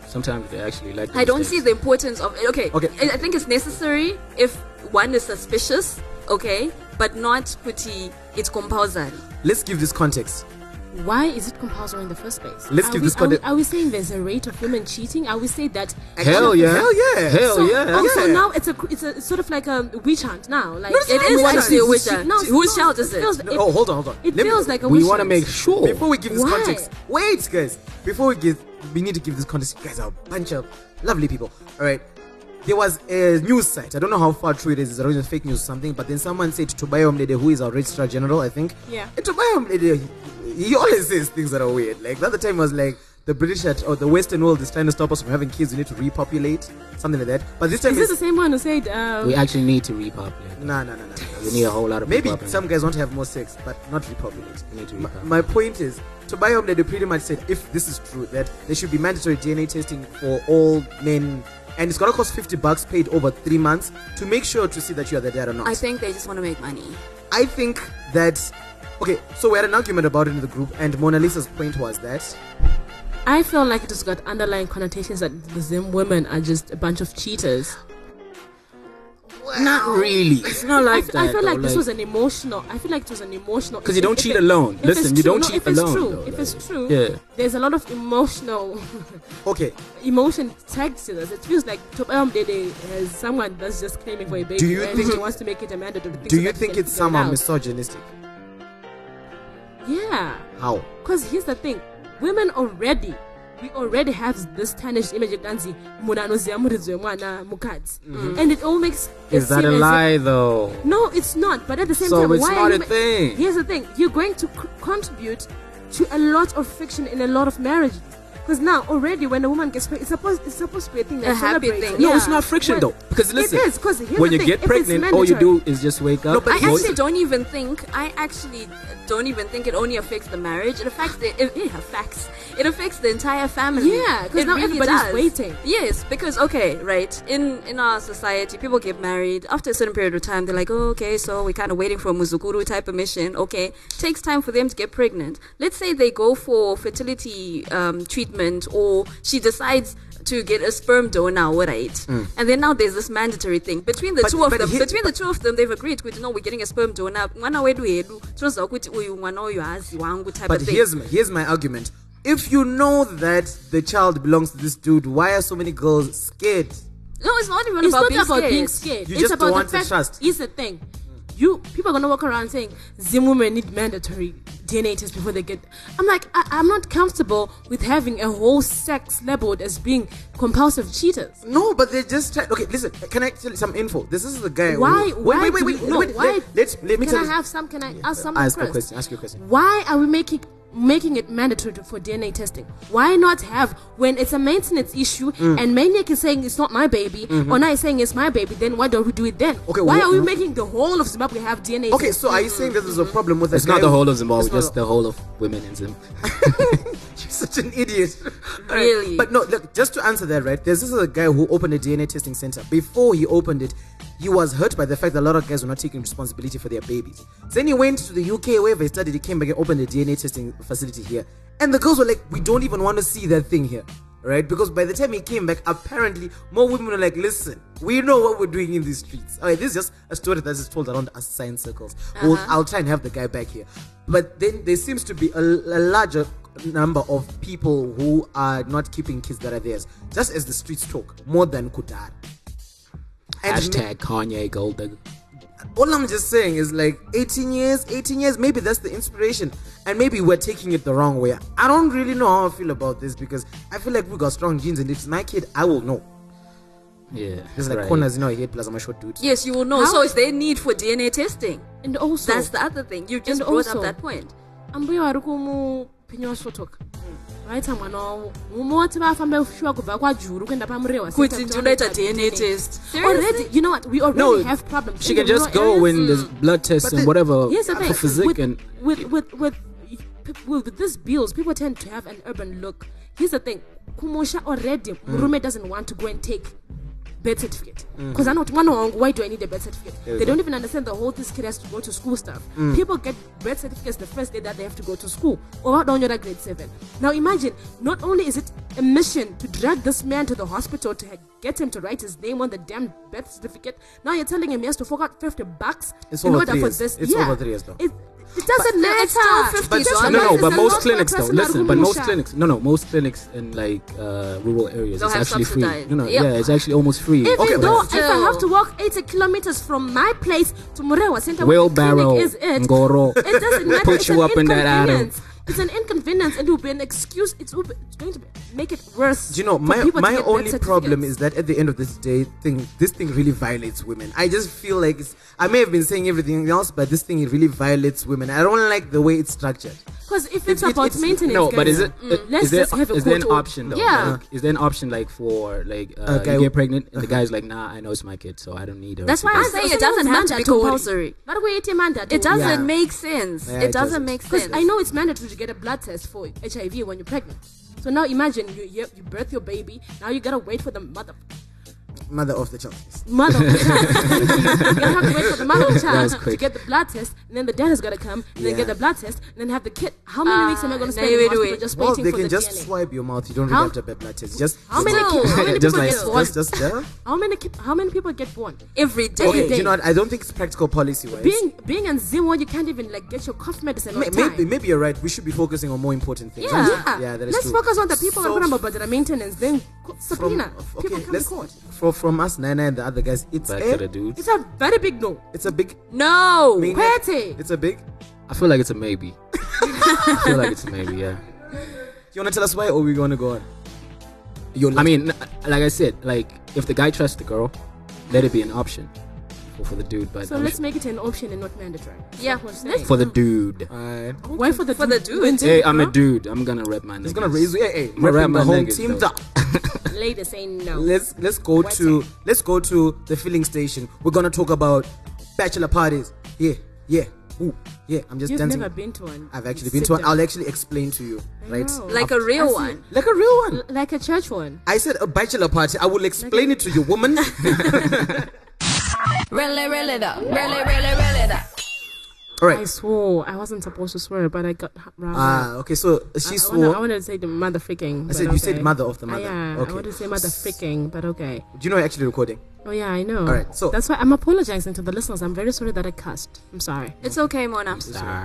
S7: sometimes they actually like. the
S9: I don't see
S7: mistakes.
S9: the importance of. Okay.
S5: Okay.
S9: I, I think it's necessary if one is suspicious. Okay. But not puti. It's compulsory.
S5: Let's give this context.
S6: Why is it compulsory in the first place?
S5: Let's
S6: Are
S5: give
S6: we-
S5: this
S6: are we,
S5: context-
S6: are we saying there's a rate of women cheating? Are we saying that?
S7: Hell yeah!
S5: Hell yeah.
S7: Hell
S6: so,
S7: yeah!
S6: Oh, so
S5: Yeah.
S6: now it's a cr- it's a it's sort of like a witch hunt now. Like
S9: It is
S6: what
S9: actually a witch
S6: she-
S9: hunt.
S6: No,
S9: Who
S6: no,
S9: shouted it?
S6: feels-
S5: No, oh, hold on, hold on.
S6: It
S5: Let me-
S6: feels like a witch
S7: we want to
S6: hunt.
S7: make sure.
S5: Before we give this
S6: Why?
S5: context, wait, guys. Before we give, we need to give this context. You guys are a bunch of lovely people. All right. There was a news site. I don't know how far true it is. It's already fake news or something. But then someone said Tobias Mlede, who is our registrar general, I think.
S6: Yeah.
S5: And Tobias Mlede, he, he always says things that are weird. Like the other time was like the British at, or the Western world is trying to stop us from having kids. We need to repopulate, something like that. But this time
S6: Is this the
S5: it's
S6: same one who said? Um,
S7: we actually need to repopulate.
S5: no, no, no, no. no.
S7: We need a whole lot of
S5: Maybe
S7: repopulate.
S5: some guys want to have more sex, but not repopulate.
S7: We need to
S5: My,
S7: repopulate.
S5: my point is, Tobias Omlede pretty much said, if this is true, that there should be mandatory DNA testing for all men, and it's gonna cost 50 bucks paid over three months to make sure to see that you are the dad or not.
S9: I think they just want to make money.
S5: I think that. Okay, so we had an argument about it in the group, and Mona Lisa's point was that.
S6: I feel like it has got underlying connotations that the Zim women are just a bunch of cheaters.
S7: Not really. It's not
S6: I,
S7: like
S6: f-
S7: that.
S6: I feel
S7: though,
S6: like this was an emotional. I feel like it was an emotional.
S7: 'Cause you don't
S6: if
S7: cheat alone.
S6: if
S7: Listen,
S6: it's
S7: you
S6: true-
S7: don't
S6: no,
S7: cheat
S6: if it's
S7: alone,
S6: True,
S7: though,
S6: if
S7: like,
S6: it's true,
S7: yeah.
S6: there's a lot of emotional
S5: Okay,
S6: emotion tagged to this. It feels like Top Elm Dede has someone that's just claiming for a baby.
S5: Do you
S6: and
S5: think-
S6: she wants to make it a mandatory? thing
S5: do
S6: so
S5: you
S6: that she
S5: think
S6: can
S5: it's
S6: figure it
S5: somehow
S6: out.
S5: misogynistic?
S6: Yeah,
S5: How?
S6: because here's the thing: women already. We already have this tarnished image of Danzi, Munano Ziamurizu, Mwana Mukadzi. And it all makes. it
S7: Mm-hmm. Is that
S6: seem
S7: a
S6: as if-
S7: lie, though?
S6: No, it's not. But at the same
S7: So
S6: time,
S7: it's
S6: why
S7: not
S6: are
S7: a
S6: you ma-
S7: thing.
S6: Here's the thing: you're going to c- contribute to a lot of friction in a lot of marriages. Because now already when a woman gets pregnant, it's supposed it's supposed to be a thing that's
S9: happy
S6: celebrated.
S9: thing,
S7: No,
S9: Yeah.
S7: it's not friction
S6: Well,
S7: though. Because listen,
S6: is, 'cause here's
S7: when
S6: the
S7: you
S6: thing,
S7: get
S6: if it's
S7: pregnant, all you
S6: mandatory-
S7: do is just wake up.
S9: I
S7: most-
S9: actually don't even think. I actually don't even think it only affects the marriage. It affects the it, it affects it affects the entire family.
S6: Yeah, 'cause
S9: It
S6: now everybody's waiting.
S9: Yes, because okay, right in in our society, people get married after a certain period of time. They're like, oh, okay, so we're kind of waiting for a muzukuru type of mission. Okay, takes time for them to get pregnant. Let's say they go for fertility um, treatment, or she decides. To get a sperm donor, right?
S6: Mm.
S9: And then now there's this mandatory thing between the
S5: But-
S9: two of
S5: but
S9: them.
S5: he-
S9: between the two of them they've agreed kuti no we're getting a sperm donor mwana wedu hedu tinoziva kuti uyu mwana uyu haazi wangu type
S5: But
S9: of thing
S5: here's my, here's my argument. If you know that the child belongs to this dude, why are so many girls scared?
S9: no it's not even
S6: it's
S9: about,
S6: not
S9: being,
S6: about
S9: scared.
S6: being scared.
S5: You
S6: it's
S5: just
S6: about
S5: don't
S6: the
S5: want to
S6: fact,
S5: trust.
S6: It's the thing. You people are gonna walk around saying Zim women need mandatory DNA tests before they get. I'm like I, I'm not comfortable with having a whole sex labeled as being compulsive cheaters.
S5: No, but they're just trying. Okay, listen. Can I tell you some info? This is the guy. who-
S6: Why?
S5: Wait,
S6: why
S5: wait, wait,
S6: do
S5: wait.
S6: we- no,
S5: wait,
S6: why?
S5: Let, let, let me
S6: can
S5: tell
S6: I
S5: you-
S6: have some? Can I ask someone
S5: Ask your
S6: first?
S5: question. Ask your question.
S6: Why are we making making it mandatory to- for DNA testing? Why not have when it's a maintenance issue
S7: Mm.
S6: and Maniac is saying it's not my baby,
S7: Mm-hmm.
S6: or now is saying it's my baby? Then why don't we do it then?
S5: Okay,
S6: why
S5: wh-
S6: are we
S5: wh-
S6: making the whole of Zimbabwe have DNA?
S5: Okay,
S6: tests?
S5: so are you saying that there's a problem with
S7: It's
S5: the guy
S7: not the
S5: who-
S7: whole of Zimbabwe,
S5: it's not
S7: just
S5: the-
S7: the whole of women in Zim.
S5: You're such an idiot. Alright,
S9: Really?
S5: But no, look, just to answer that, right? There's this is a guy who opened a DNA testing center. Before he opened it, he was hurt by the fact that a lot of guys were not taking responsibility for their babies. Then he went to the UK, wherever he studied, he came back and opened a DNA testing facility here. And the girls were like, we don't even want to see that thing here. Right? Because by the time he came back, apparently more women were like, listen, we know what we're doing in these streets. All right, this is just a story that is told around us science circles. We'll- I'll try and have the guy back here. But then there seems to be a, a larger number of people who are not keeping kids that are theirs, just as the streets talk, more than Kutar. And ma-
S7: Hashtag Kanye Gold Digger.
S5: all I'm just saying is like 18 years, 18 years, maybe that's the inspiration. And maybe we're taking it the wrong way. I don't really know how I feel about this because I feel like we got strong genes, and if it's my kid, I will know.
S7: Yeah.
S5: There's like
S7: right.
S5: corners in our head, plus I'm a short dude.
S9: yes you will know
S6: How-
S9: so is there need for dna testing
S6: and also
S9: that's the other thing you just
S6: And
S9: brought
S6: also-
S9: up that point
S6: ambuya vari kumupenya wasvotoka vaita mwana wavo mumwe wati vafamba shuwa kubva kwajuru kuenda pamurehwa
S9: Kuti ndinoita DNA test.
S6: already you know what we already
S7: No,
S6: have problems
S7: She
S6: in
S7: can
S6: the
S7: just
S6: rural
S7: go
S6: areas.
S7: when there's blood tests
S5: But
S7: and
S5: the-
S7: whatever
S6: Here's the
S7: for
S6: thing.
S7: physique
S6: with,
S7: and
S6: with, with, with, with, with these bills, people tend to have an urban look. Here's the thing. Kumosha already,
S7: Mm.
S6: Murume doesn't want to go and take birth certificate. Because I know, one wrong, why do I need a birth certificate? They don't even understand the whole this kid has to go to school stuff.
S7: Mm.
S6: People get birth certificates the first day that they have to go to school. Or down your grade 7. Now imagine, not only is it a mission to drag this man to the hospital to get him to write his name on the damn birth certificate, now you're telling him he has to fork out 50 bucks
S5: It's
S6: in
S5: over
S6: order
S5: three
S6: for
S5: years.
S6: this.
S5: It's
S6: yeah.
S5: over three years now.
S6: It, it doesn't matter.
S9: it's still 50
S6: It doesn't
S9: dollars.
S7: no, no,
S6: matter.
S7: but
S6: It's a
S7: most
S6: lot for a
S7: clinics though.
S6: person that
S7: Listen, but most
S6: who-
S7: clinics, no, no, most clinics in like uh, rural areas,
S9: They'll
S7: it's
S9: have
S7: actually
S9: subsidized.
S7: free. No, no,
S9: Yep.
S7: yeah, it's actually almost free.
S6: Even
S5: Okay, but
S6: though if
S9: still-
S6: I have to walk 80 kilometers from my place to Murewa Center, where the
S7: Wheelbarrow,
S6: clinic is it,
S7: Ngoro,
S6: it doesn't matter.
S7: put
S6: it's
S7: you
S6: an
S7: up in that arrow.
S6: inconvenience. It's an inconvenience and it will be an excuse. It's, will be- it's going to be, make it worse.
S5: Do you know
S6: for
S5: my
S6: people to
S5: my
S6: get
S5: only
S6: birth
S5: problem
S6: certificates.
S5: is that at the end of this day thing this thing really violates women i just feel like it's, i may have been saying everything else but this thing it really violates women i don't like the way it's structured
S6: Because if
S5: It's-
S6: it's,
S5: it's-
S6: about
S5: it's-
S6: maintenance,
S7: no, but
S6: guys,
S7: is it
S6: mm,
S7: is
S6: let's
S7: there,
S6: just have a
S7: is there an
S6: quote or-
S7: option though?
S9: Yeah.
S7: Like, is there an option like for like uh,
S5: Okay.
S7: you get pregnant and the guy's like, nah, I know it's my kid, so I don't need her.
S9: That's why I
S7: Because-
S9: say it doesn't have to be compulsory
S6: But we eat mandatory.
S9: it doesn't
S5: Yeah.
S9: make sense
S5: Yeah,
S9: it,
S5: it
S9: doesn't,
S5: doesn't.
S9: make
S6: Because
S9: sense
S6: I know it's mandatory to get a blood test for HIV when you're pregnant. So now imagine you you you birth your baby. Now you gotta wait for the mother
S5: mother of the child
S6: mother of the child. you have to wait for the mother of the child
S7: was
S6: to
S7: quick.
S6: get the blood test, and then the dad has gotta come, and then
S5: Yeah.
S6: get the blood test, and then have the kid. How many
S9: Ah,
S6: weeks am I
S5: Uh,
S6: gonna
S9: now
S6: spend
S9: you
S6: in
S9: wait,
S6: hospital
S9: wait.
S6: just
S5: well
S6: waiting
S5: they
S6: for
S5: can
S6: the
S5: just
S6: DNA?
S5: swipe your mouth you don't
S6: How-
S5: really have to have a blood test just
S6: How many
S9: Still,
S6: kids? How many
S7: just
S6: people
S7: nice.
S6: get
S7: Just-
S6: born?
S5: just just there
S6: How many ki- How many people get born?
S9: every day
S5: okay
S6: day.
S5: you know what i don't think it's practical policy wise
S6: Being being in Zimwa, you can't even like get your cough medicine on time.
S5: maybe, maybe you're right we should be focusing on more important things
S6: Yeah.
S5: yeah that is
S6: Let's
S5: true.
S6: focus on the people
S5: So-
S6: so, and about their maintenance. Then co- subpoena. people come to
S5: let's-
S6: court.
S5: for, from us Nana and the other guys it's
S7: Back
S5: a,
S7: to the dude.
S6: It's a very big no.
S5: it's a big
S9: no
S5: Mean-
S6: Kwete.
S5: it's a big
S7: I feel like it's a maybe. I feel like it's a maybe. Yeah.
S5: you want to tell us why or we going to go on your
S7: I mean, n- like I said, like if the guy trusts the girl, let it be an option. for, for the dude, but
S6: So
S7: I'm
S6: let's
S7: sure-
S6: make it an option and not mandatory.
S9: Yeah,
S6: That's what I'm
S9: let's-
S6: saying.
S7: for the dude.
S5: Alright.
S6: Why for the
S9: For the dude.
S7: Hey, I'm a dude. I'm gonna rap my.
S5: He's
S7: niggas.
S5: gonna raise hey, hey,
S7: I'ma rap
S5: repping
S7: my
S5: the whole
S7: niggas,
S5: team
S7: though.
S5: down.
S6: Lady saying no.
S5: Let's let's go
S6: What's
S5: to let's go to the filling station. We're gonna talk about bachelor parties. Yeah, yeah, ooh, yeah. I'm just
S6: You've
S5: dancing.
S6: never been to one.
S5: I've actually
S6: You
S5: been
S6: sit
S5: to one.
S6: down.
S5: I'll actually explain to you. Right,
S6: know.
S9: Like a real
S6: I see.
S9: one.
S5: like a real one.
S6: like a church one.
S5: I said a bachelor party. I will explain it to you, woman.
S4: Really, really though. Really, really, really though.
S5: All
S6: I
S5: right.
S6: swore I wasn't supposed to swear, but I got h- round.
S5: Ah, okay. So
S6: I,
S5: she
S6: I, wanna, I
S5: swore.
S6: wanted to say the mother freaking. but
S5: said- you said
S6: okay.
S5: mother of the
S6: Ah,
S5: mother.
S6: yeah,
S5: Okay.
S6: I wanted to say mother freaking, but okay.
S5: Do you know we're actually recording?
S6: Oh yeah, I know.
S5: Alright, so-
S6: that's why I'm apologizing to the listeners. I'm very sorry that I cussed. I'm sorry.
S9: It's okay, Mona.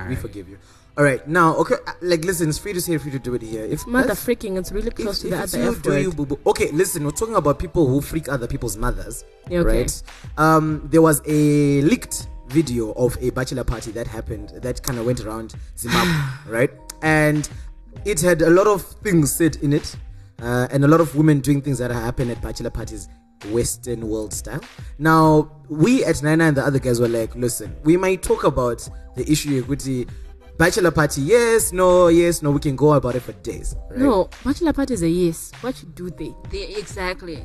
S5: We forgive you. All right. Now, okay. uh, Like, listen. It's free to say, free to do it here. If
S6: Mother
S5: that's-
S6: freaking. It's really
S5: if-
S6: close to
S5: if
S6: the
S5: it's
S6: other
S5: you,
S6: F
S5: do you,
S6: word.
S5: boo-boo. Okay. Listen. We're talking about people who freak other people's mothers,
S6: Yeah, okay.
S5: right? Um, there was a leaked video of a bachelor party that happened that kind of went around Zimbabwe, right? And it had a lot of things said in it, uh, and a lot of women doing things that happen at bachelor parties, Western world style. Now, we at Nana and the other guys were like, listen, we might talk about the issue of equity. Bachelor party, yes, no, yes, no, we can go about it for days. Right?
S6: No, bachelor party is a yes. What do they?
S9: The-
S5: Mm.
S9: exactly.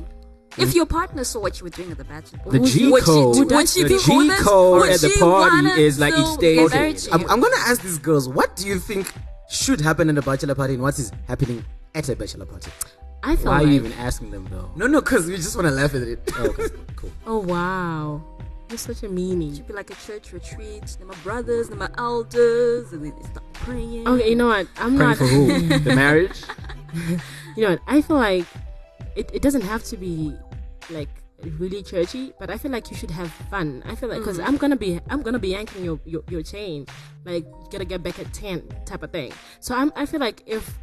S9: If your partner saw what you were doing at the bachelor,
S7: The
S9: would
S7: G
S9: you- would she-
S7: code.
S9: would she
S7: The
S9: be
S7: G
S9: honest?
S7: code
S9: Would
S7: at the
S9: she
S7: party
S9: wanna
S7: is like it
S9: still
S7: stays.
S9: get married
S7: Okay.
S9: to
S5: I'm,
S9: you?
S5: I'm gonna ask these girls, what do you think should happen at a bachelor party and what is happening at a bachelor party?
S6: I feel
S7: Why are
S6: like,
S7: you even asking them though?
S5: No, no, because we just wanna laugh at it.
S7: Okay, cool.
S6: oh wow, you're such a meanie.
S9: be like a church retreat. They're my brothers, they're my elders, and they start praying.
S6: Okay, you know what?
S7: Praying
S6: I'm not.
S7: for who? the marriage?
S6: you know what? I feel like it, it doesn't have to be like really churchy, but I feel like you should have fun. I feel like because
S5: Mm.
S6: I'm gonna be I'm gonna be yanking your, your your chain, like you gotta get back at ten type of thing. So I'm I feel like if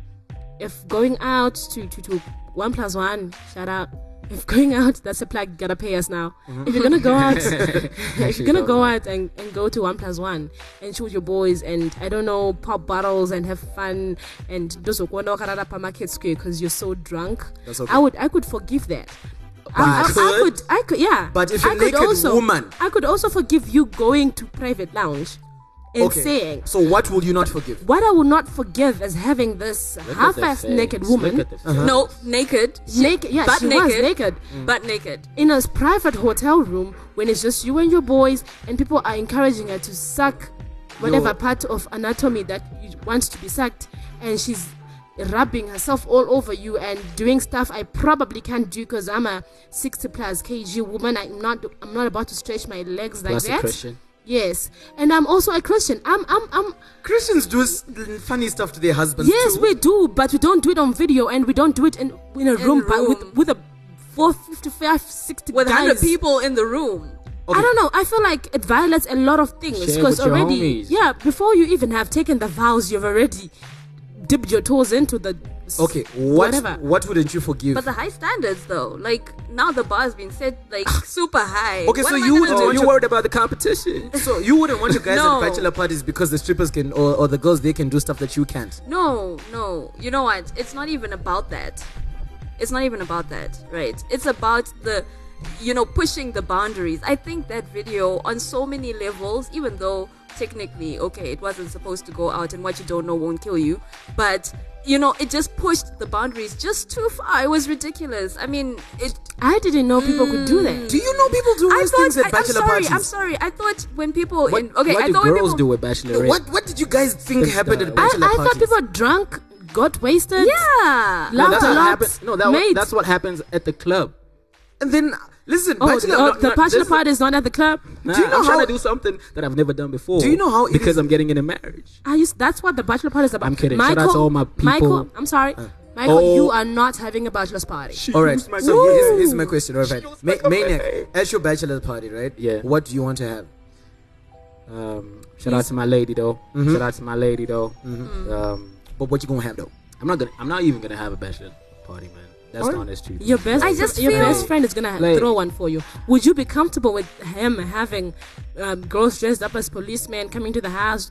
S6: if going out to to, to one plus one shout out. If going out, that's a plug. Gotta pay us now.
S5: Mm-hmm.
S6: If you're gonna go out, if you're gonna go out and, and go to one plus one and shoot your boys and I don't know pop bottles and have fun and those who go knock around up on market square because you're so drunk.
S5: That's okay.
S6: I would I could forgive that.
S5: But-
S6: I, I, I
S5: Could?
S6: could I could yeah.
S5: But if a
S6: I could
S5: naked woman-
S6: I could also forgive you going to private lounge and saying
S5: So what will you not forgive?
S6: what I will not forgive is having this
S7: Look at the
S6: half-assed
S7: face.
S6: naked
S7: Look
S6: woman,
S7: at the face.
S9: No, naked.
S6: naked, yeah,
S9: Butt
S6: she was
S9: naked.
S6: naked,
S9: Butt naked.
S6: in a private hotel room when it's just you and your boys, and people are encouraging her to suck whatever
S5: Yo.
S6: part of anatomy that you wants to be sucked, and she's rubbing herself all over you and doing stuff I probably can't do because I'm a 60 plus kg woman. I'm not, I'm not about to stretch my legs like
S7: Plus a
S6: that.
S7: Christian.
S6: Yes, and I'm also a Christian. I'm, I'm, I'm.
S5: Christians do s- funny stuff to their husbands.
S6: Yes,
S5: too.
S6: we do, but we don't do it on video, and we don't do it in in a room, But
S9: room.
S6: with with a 455, 60
S9: With
S6: guys.
S9: 100 people in the room.
S5: Okay.
S6: I don't know. I feel like it violates a lot of things
S7: Share
S6: because
S7: with your
S6: already,
S7: homies.
S6: yeah, before you even have taken the vows, you've already dipped your toes into the s-
S5: Okay, what
S6: whatever.
S5: what wouldn't you forgive?
S9: But the high standards, though, like now the bar's been set like super high.
S5: Okay,
S9: What
S5: so
S9: am I
S5: you
S9: gonna
S5: would-
S9: do?
S5: oh, you
S7: worried about the competition?
S5: so you wouldn't want your guys
S9: No.
S5: at bachelor parties because the strippers can or, or the girls they can do stuff that you can't.
S9: No, no. You know what? It's not even about that. It's not even about that, right? It's about the, you know, pushing the boundaries. I think that video on so many levels, even though technically, okay, it wasn't supposed to go out and what you don't know won't kill you, but, you know, it just pushed the boundaries just too far. It was ridiculous. I mean, it.
S6: I didn't know people could do
S7: Mm.
S6: that.
S5: Do you know people do
S9: I
S5: worse
S9: thought.
S5: things at
S9: I, am
S5: bachelor
S9: sorry.
S5: parties?
S9: I'm sorry. I thought when people.
S7: What,
S9: in, okay,
S7: what
S9: I
S7: do
S9: thought when
S7: girls
S9: people,
S7: do with bachelorette?
S5: What what did you guys think
S7: Think,
S5: happened
S7: uh,
S5: at
S6: I,
S5: bachelor
S6: I thought
S5: parties?
S6: people drunk, got wasted,
S9: Yeah.
S7: No,
S6: laughed
S7: that's
S6: a
S7: what
S6: lot,
S7: happens. No, that, wa-
S6: made.
S7: that's what happens at the club.
S5: and then listen,
S6: Oh,
S5: bachelor,
S6: oh,
S5: no,
S6: the
S5: no,
S6: bachelor
S5: listen.
S6: party is not at the club.
S7: Nah,
S5: Do you know
S7: I'm trying
S5: how-
S7: to do something that I've never done before.
S5: Do you know how it
S7: Because
S5: is-
S7: I'm getting in a marriage.
S6: I used that's what the bachelor party is about.
S7: I'm kidding. Shout
S6: Michael,
S7: out to all my people.
S6: Michael, I'm sorry. Michael,
S7: Oh.
S6: you are not having a bachelor's party.
S5: All right. So
S6: Woo!
S5: here's, here's my question. All right. Ma- Maniac,
S7: name.
S5: at your bachelor party, right?
S7: Yeah.
S5: What do you want to have?
S7: Um, shout out to my lady though.
S5: Mm-hmm.
S7: Shout out to my lady though. Um,
S5: But what you gonna have though?
S7: I'm not gonna. I'm not even gonna have a bachelor party, man. That's the honest truth.
S6: Your best,
S9: I just
S6: your
S9: feel-
S6: best friend is gonna
S7: Like-
S6: throw one for you. Would you be comfortable with him having um, girls dressed up as policemen coming to the house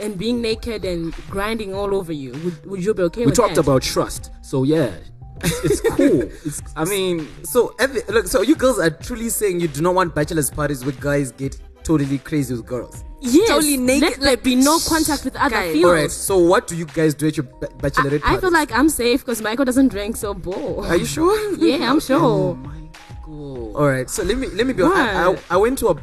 S6: and being naked and grinding all over you? Would, would you be okay
S7: we
S6: with
S7: talked
S6: that?
S7: about trust, so yeah, It's cool. It's, I mean,
S5: So, every, look, so you girls are truly saying you do not want bachelor's parties where guys get totally crazy with girls.
S6: Yes,
S9: Totally naked,
S6: let there be no contact with other
S9: Guys.
S5: All
S6: females.
S5: right. So, what do you guys do at your ba- bachelorette
S6: I, I
S5: parties?
S6: feel like I'm safe because Michael doesn't drink, so bo.
S5: Are you sure?
S6: yeah, I'm sure.
S5: All right. So let me let me be. honest. I, I,
S6: What?
S5: I went to a.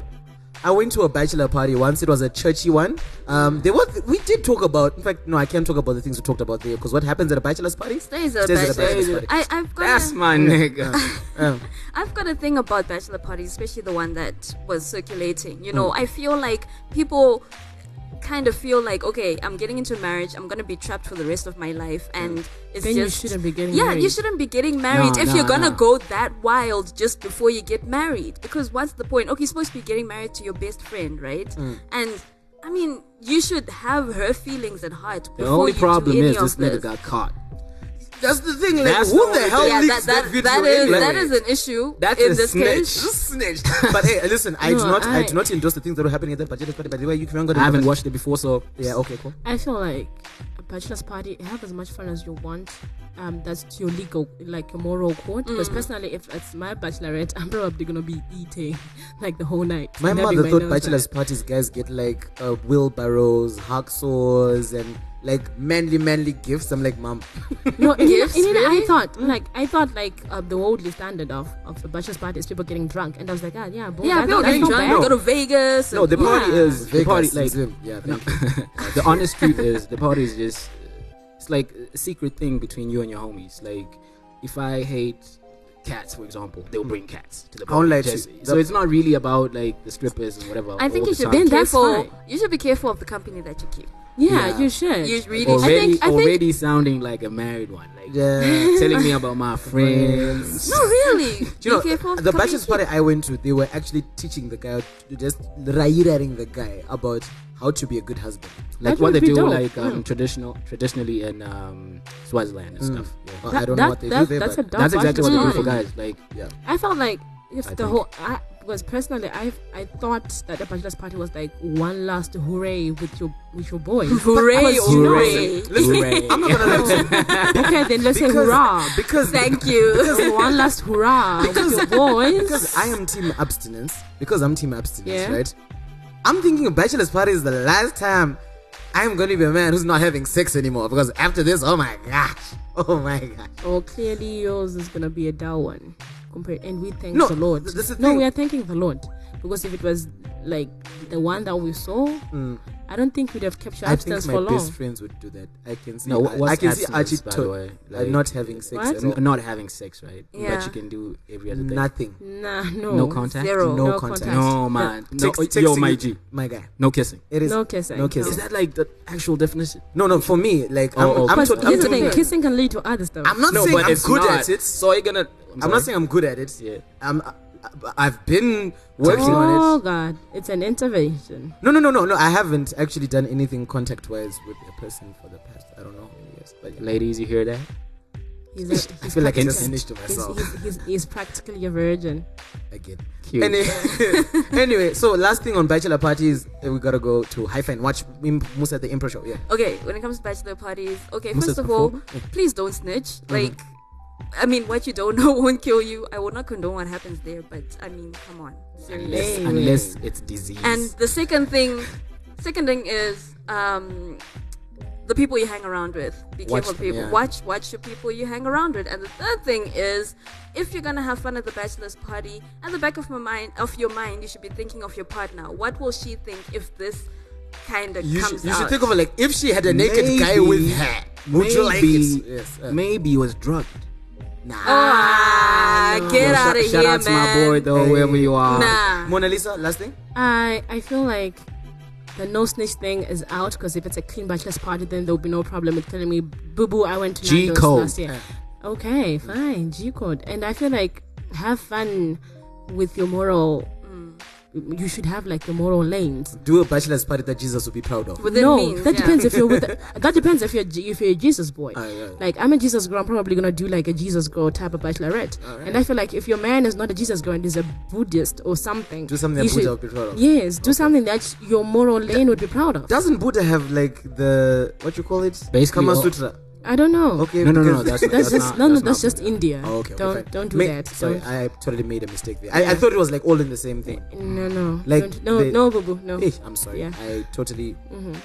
S5: I went to a bachelor party once. It was a churchy one. Um, there was we did talk about. In fact, no, I can't talk about the things we talked about there because what happens at a bachelor's party Mm.
S9: Stays a
S5: Stays at a bachelor's party.
S9: bachelor. I, I've got
S7: that's
S9: a-
S7: my nigga.
S9: I've got a thing about bachelor parties, especially the one that was circulating. You
S7: Hmm.
S9: know, I feel like people kind of feel like, okay, I'm getting into marriage, I'm gonna be trapped for the rest of my life, and it's
S6: Then you
S9: just
S6: shouldn't be getting
S9: yeah, you
S6: married.
S9: shouldn't be getting married
S7: No,
S9: if
S7: no,
S9: you're gonna
S7: no.
S9: go that wild just before you get married. Because what's the point? Okay, you're supposed to be getting married to your best friend, right?
S7: Hmm.
S9: And I mean, you should have her feelings at heart.
S7: The
S9: before
S7: only
S9: you do
S7: problem
S9: any
S7: is
S9: of
S7: this nigga
S9: this.
S7: got caught.
S5: That's the thing. Like,
S7: That's
S5: who
S7: the
S5: the,
S7: only
S5: hell
S7: thing.
S9: yeah,
S5: leaks
S9: that,
S5: that,
S9: that,
S5: video?
S9: that is
S5: anyway?
S9: that is an issue
S7: That's
S9: in
S7: a
S9: this case.
S7: snitch.
S5: Snitched. But hey, listen, I do
S6: No,
S5: not, I,
S6: I-
S5: do not endorse the things that were happening at that bachelor's party. By the way, you can go. to
S7: I haven't
S5: the-
S7: watched it before, so
S5: Yeah. Okay. Cool.
S6: I feel like a bachelor's party have as much fun as you want. Um, that's to your legal, like your moral court.
S9: Mm.
S6: Because personally, if it's my bachelorette, I'm probably gonna be eating like the whole night.
S5: My
S6: Nabbing
S5: mother thought
S6: nose
S5: bachelor's
S6: out.
S5: parties guys get like uh, wheelbarrows, hacksaws, and like manly, manly gifts. I'm like, mom,
S6: No, in,
S9: Gifts,
S6: in it, I
S9: really? Mm.
S6: thought like I thought like uh, the worldly standard of of a bachelor's party is people getting drunk, and I was like, ah, yeah, boy,
S9: Yeah,
S6: that's,
S9: people
S6: that's
S9: getting
S6: not
S9: drunk,
S6: bad.
S9: go to Vegas.
S7: no,
S9: and-
S7: the party
S6: Yeah.
S7: is the
S5: Vegas,
S7: party. Like
S5: Zim. yeah, thank you.
S7: the honest truth is, the party is just it's like a secret thing between you and your homies. Like if I hate cats, for example, they'll bring cats to the party.
S5: won't lie to
S7: Just-
S5: you.
S7: So
S5: The-
S7: it's not really about like the strippers and whatever.
S9: I think
S7: all the
S9: you should
S7: time.
S9: be
S6: Then that's
S9: careful.
S6: fine.
S9: You should be careful of the company that you keep.
S6: yeah,
S7: Yeah.
S6: you should.
S9: You really
S7: already
S9: I think I think
S7: already sounding like a married one. Like
S5: Yeah.
S7: telling me about my friends.
S9: no really.
S5: Do you know,
S9: be careful of
S5: the
S9: company
S5: bachelor's
S9: you
S5: party I went to, they were actually teaching the guy, just rairating the guy about how to be a good husband.
S7: like
S6: That
S7: what
S6: would
S7: they
S6: be
S7: do,
S6: dope,
S7: like um,
S9: Hmm.
S6: yeah.
S7: traditional, traditionally in um, Swaziland and
S5: Hmm.
S7: stuff. Yeah.
S9: Oh,
S5: Well, I
S6: That-
S5: don't know
S6: that-
S5: what they
S6: that-
S5: do there,
S6: that's
S5: but
S6: a dumb
S7: That's exactly what they
S6: bachelor's
S7: do for
S6: party.
S7: guys. Like
S6: I felt like if
S7: I
S6: the
S7: think.
S6: whole I was personally I I thought that the bachelor's party was like one last hooray with your with your boys.
S9: Hooray,
S6: Because, you know,
S9: hooray.
S7: hooray.
S5: I'm not gonna lie to you.
S6: okay, then let's say
S5: Because-
S6: hurrah.
S5: because
S9: Thank you.
S6: Say one last hurrah with your boys.
S5: because I am team abstinence. Because I'm team abstinence,
S6: Yeah.
S5: right? I'm thinking a bachelor's party is the last time I'm going to be a man who's not having sex anymore. Because after this, oh my gosh, oh my gosh.
S6: oh, clearly yours is gonna be a dull one. Compared, and we thank
S5: No,
S6: the Lord.
S5: th- that's the
S6: no,
S5: thing.
S6: we are thanking the Lord because if it was like the one that we saw, I don't think we'd have kept your
S5: Mm. I think
S6: abstinence
S5: my
S6: for long.
S5: best friends would do that. I can see.
S7: No,
S5: I,
S7: what's
S5: I can see
S7: abstinence,
S5: Archie
S7: by
S5: to-
S7: the way?
S5: uh,
S7: Like-
S5: not having sex
S6: What?
S5: at all.
S7: N- not having sex, right?
S9: Yeah.
S7: But you can do every other thing.
S5: Nothing.
S6: Nah, no,
S7: No contact?
S9: Zero.
S5: No
S6: No
S5: contact.
S6: contact.
S7: No man. No,
S5: Text-
S7: yo,
S5: texting
S7: my
S5: you-
S7: G.
S5: my guy.
S7: No kissing.
S5: It is
S6: No kissing.
S5: No
S7: Is
S5: kissing.
S7: that like the actual definition?
S5: No, no. For me, like
S7: Oh,
S5: I'm,
S7: oh,
S5: I'm,
S6: But
S5: to-
S7: okay.
S5: I'm
S6: here's the
S5: to-
S6: thing: kissing can lead to other stuff.
S5: I'm not saying I'm
S7: it's
S5: good
S7: not.
S5: at it.
S7: So you're gonna. I'm,
S5: I'm
S7: sorry.
S5: not saying I'm good at it.
S7: Yeah.
S5: I'm. I, I've been working on it.
S6: oh God, it's an intervention.
S5: No, no, no, no, no. I haven't actually done anything contact-wise with a person for the past. I don't know how many years, but yeah.
S7: Ladies, you hear that?
S6: He's a, he's
S5: feel like I
S6: practical.
S5: just snitched to
S6: he's,
S5: myself.
S6: he's, he's, he's practically a virgin.
S5: again.
S7: Cute.
S5: Any- anyway, so last thing on bachelor parties, uh, we gotta go to Haifa and watch Im- Musa the Impro show. Yeah,
S9: Okay, when it comes to bachelor parties, okay,
S5: Must
S9: first
S5: have
S9: of all,
S5: performed.
S9: please don't snitch. Like I mean what you don't know won't kill you. I will not condone what happens there, but I mean come on. Seriously.
S6: Anyway.
S7: Unless it's disease.
S9: And the second thing, second thing is um, the people you hang around with. Be
S5: Watch
S9: careful,
S5: them,
S9: people.
S5: yeah.
S9: Watch, watch the people you hang around with. And the third thing is, if you're gonna have fun at the bachelor's party, at the back of my mind, of your mind, you should be thinking of your partner. What will she think if this kind of
S5: you,
S9: comes
S5: should, you
S9: out?
S5: should think of it like if she had a naked guy
S7: Maybe-
S5: with her, would you like
S7: maybe-
S5: it? Yes. uh,
S7: maybe he was drugged.
S9: ah, get
S7: Yo,
S9: out of
S7: shout,
S9: here,
S7: shout out to my
S9: man.
S7: boy though, wherever you are.
S9: Nah.
S5: Mona Lisa, last thing.
S6: I I feel like the no snitch thing is out because if it's a clean bachelor's party, then there'll be no problem with telling me, boo boo, I went to
S7: G
S6: Nando's
S7: code.
S6: last year. Okay, fine, G code. And I feel like have fun with your moral. mm, You should have like your moral lanes.
S5: Do a bachelor's party that Jesus would be proud of.
S9: Within
S6: no,
S9: means,
S6: that
S9: yeah.
S6: depends if you're with. that depends if you're G- if you're a Jesus boy.
S5: yeah.
S6: Like I'm a Jesus girl, I'm probably gonna do like a Jesus girl type of bachelorette. And I feel like if your man is not a Jesus girl and is a Buddhist or something,
S5: Do something
S6: you
S5: that Buddha would be proud of.
S6: Yes, do something that your moral lane would be proud of.
S5: Doesn't Buddha have like the what you call it?
S7: Basically
S5: Kama
S7: all-
S5: Sutra.
S6: I don't know.
S5: Okay.
S7: No, no, no,
S5: because-
S7: no. That's,
S6: That's,
S7: that's,
S6: just
S7: not,
S6: no, no.
S7: not
S6: That's just
S7: Brunei.
S6: India.
S5: Oh, okay. okay,
S6: don't
S5: fine.
S6: don't do
S5: Ma-
S6: that.
S5: Sorry,
S6: Don't-
S5: I totally made a mistake there. I, I thought it was like all in the same thing.
S6: no, no,
S5: Like,
S6: don't, no,
S5: they-
S6: no, boo boo, no.
S5: Eh, I'm sorry.
S6: Oh. Yeah. Mm-hmm.
S5: I totally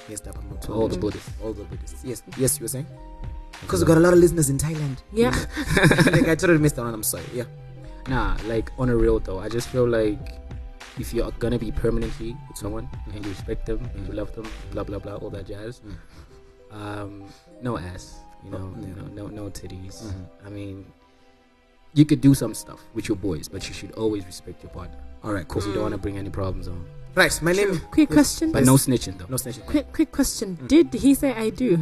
S5: messed up. I'm not
S7: all the Buddhists.
S5: All the Buddhists. Yes. Yes, you were saying. Because we got a lot of listeners in Thailand.
S6: Yeah,
S5: like I totally missed that one. I'm sorry. Yeah.
S7: Nah, like on a real though, I just feel like if you're gonna be permanently with someone and you respect them and you love them, blah blah blah, all that jazz.
S5: Mm.
S7: Um, no ass, you know,
S5: yeah.
S7: no, no no titties.
S5: mm-hmm.
S7: I mean, you could do some stuff with your boys, but you should always respect your partner.
S5: All right. Cool.
S7: Cause you don't want to bring any problems on.
S5: Right. My name.
S6: quick question.
S7: But no snitching though.
S5: No snitching.
S6: quick, quick question. Did he say I do?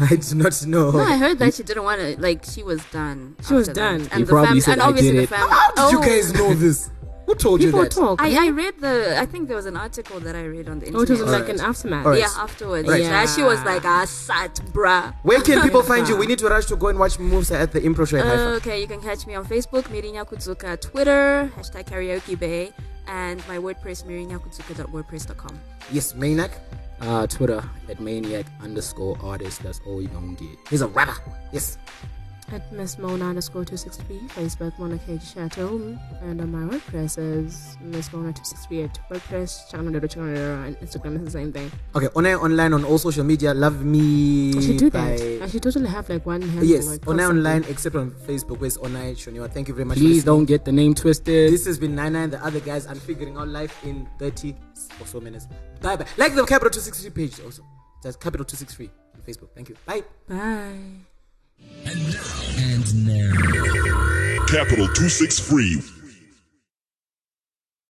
S5: I do not know.
S9: No, I heard that she didn't want to. Like she was done.
S6: She was
S9: after that.
S6: done.
S9: And
S7: He
S9: the
S7: probably
S9: fam-
S7: said,
S9: and
S7: "I
S9: obviously
S7: did
S9: the
S7: it."
S9: family.
S5: Did
S9: oh,
S5: you guys know this? Who told you
S6: People
S5: that?
S6: talk.
S9: I, I read the. I think there was an article that I read on the
S6: oh, it
S9: internet.
S6: was like
S5: Alright.
S6: an aftermath.
S5: Alright.
S9: Yeah, afterwards.
S5: Right.
S9: Yeah, she was like, "I sat, bruh."
S5: Where can people find you? We need to rush to go and watch moves at the improv show at Haifa.
S9: Okay, you can catch me on Facebook, Mirinya Kuzuka, Twitter, hashtag Karaoke Bay, and my WordPress, mirinyakuzuka.wordpress.com.
S5: Yes, Maynak.
S7: Uh, Twitter at maniac underscore artist. That's all you gonna get.
S5: He's a rapper. Yes.
S6: At Miss Mona underscore 263, Facebook Mona Cage Chateau, and on my WordPress is Miss Mona 263 at WordPress, channel and Instagram is the same thing.
S5: Okay, on air, online, on all social media. Love me.
S6: I should do
S5: by- Oh,
S6: that. I should totally have like one handle.
S5: Yes,
S6: like,
S5: on air,
S6: constantly.
S5: online, except on Facebook, where it's on air, Shoniwa. Thank you very much. for
S7: Please
S5: listening.
S7: don't get the name twisted.
S5: This has been Nana and the other guys. I'm figuring out life in 30 or so minutes. Bye bye. Like the Capital 263 page also. That's Capital 263 on Facebook. Thank you. Bye.
S6: Bye.
S2: And now.
S3: Capital 263.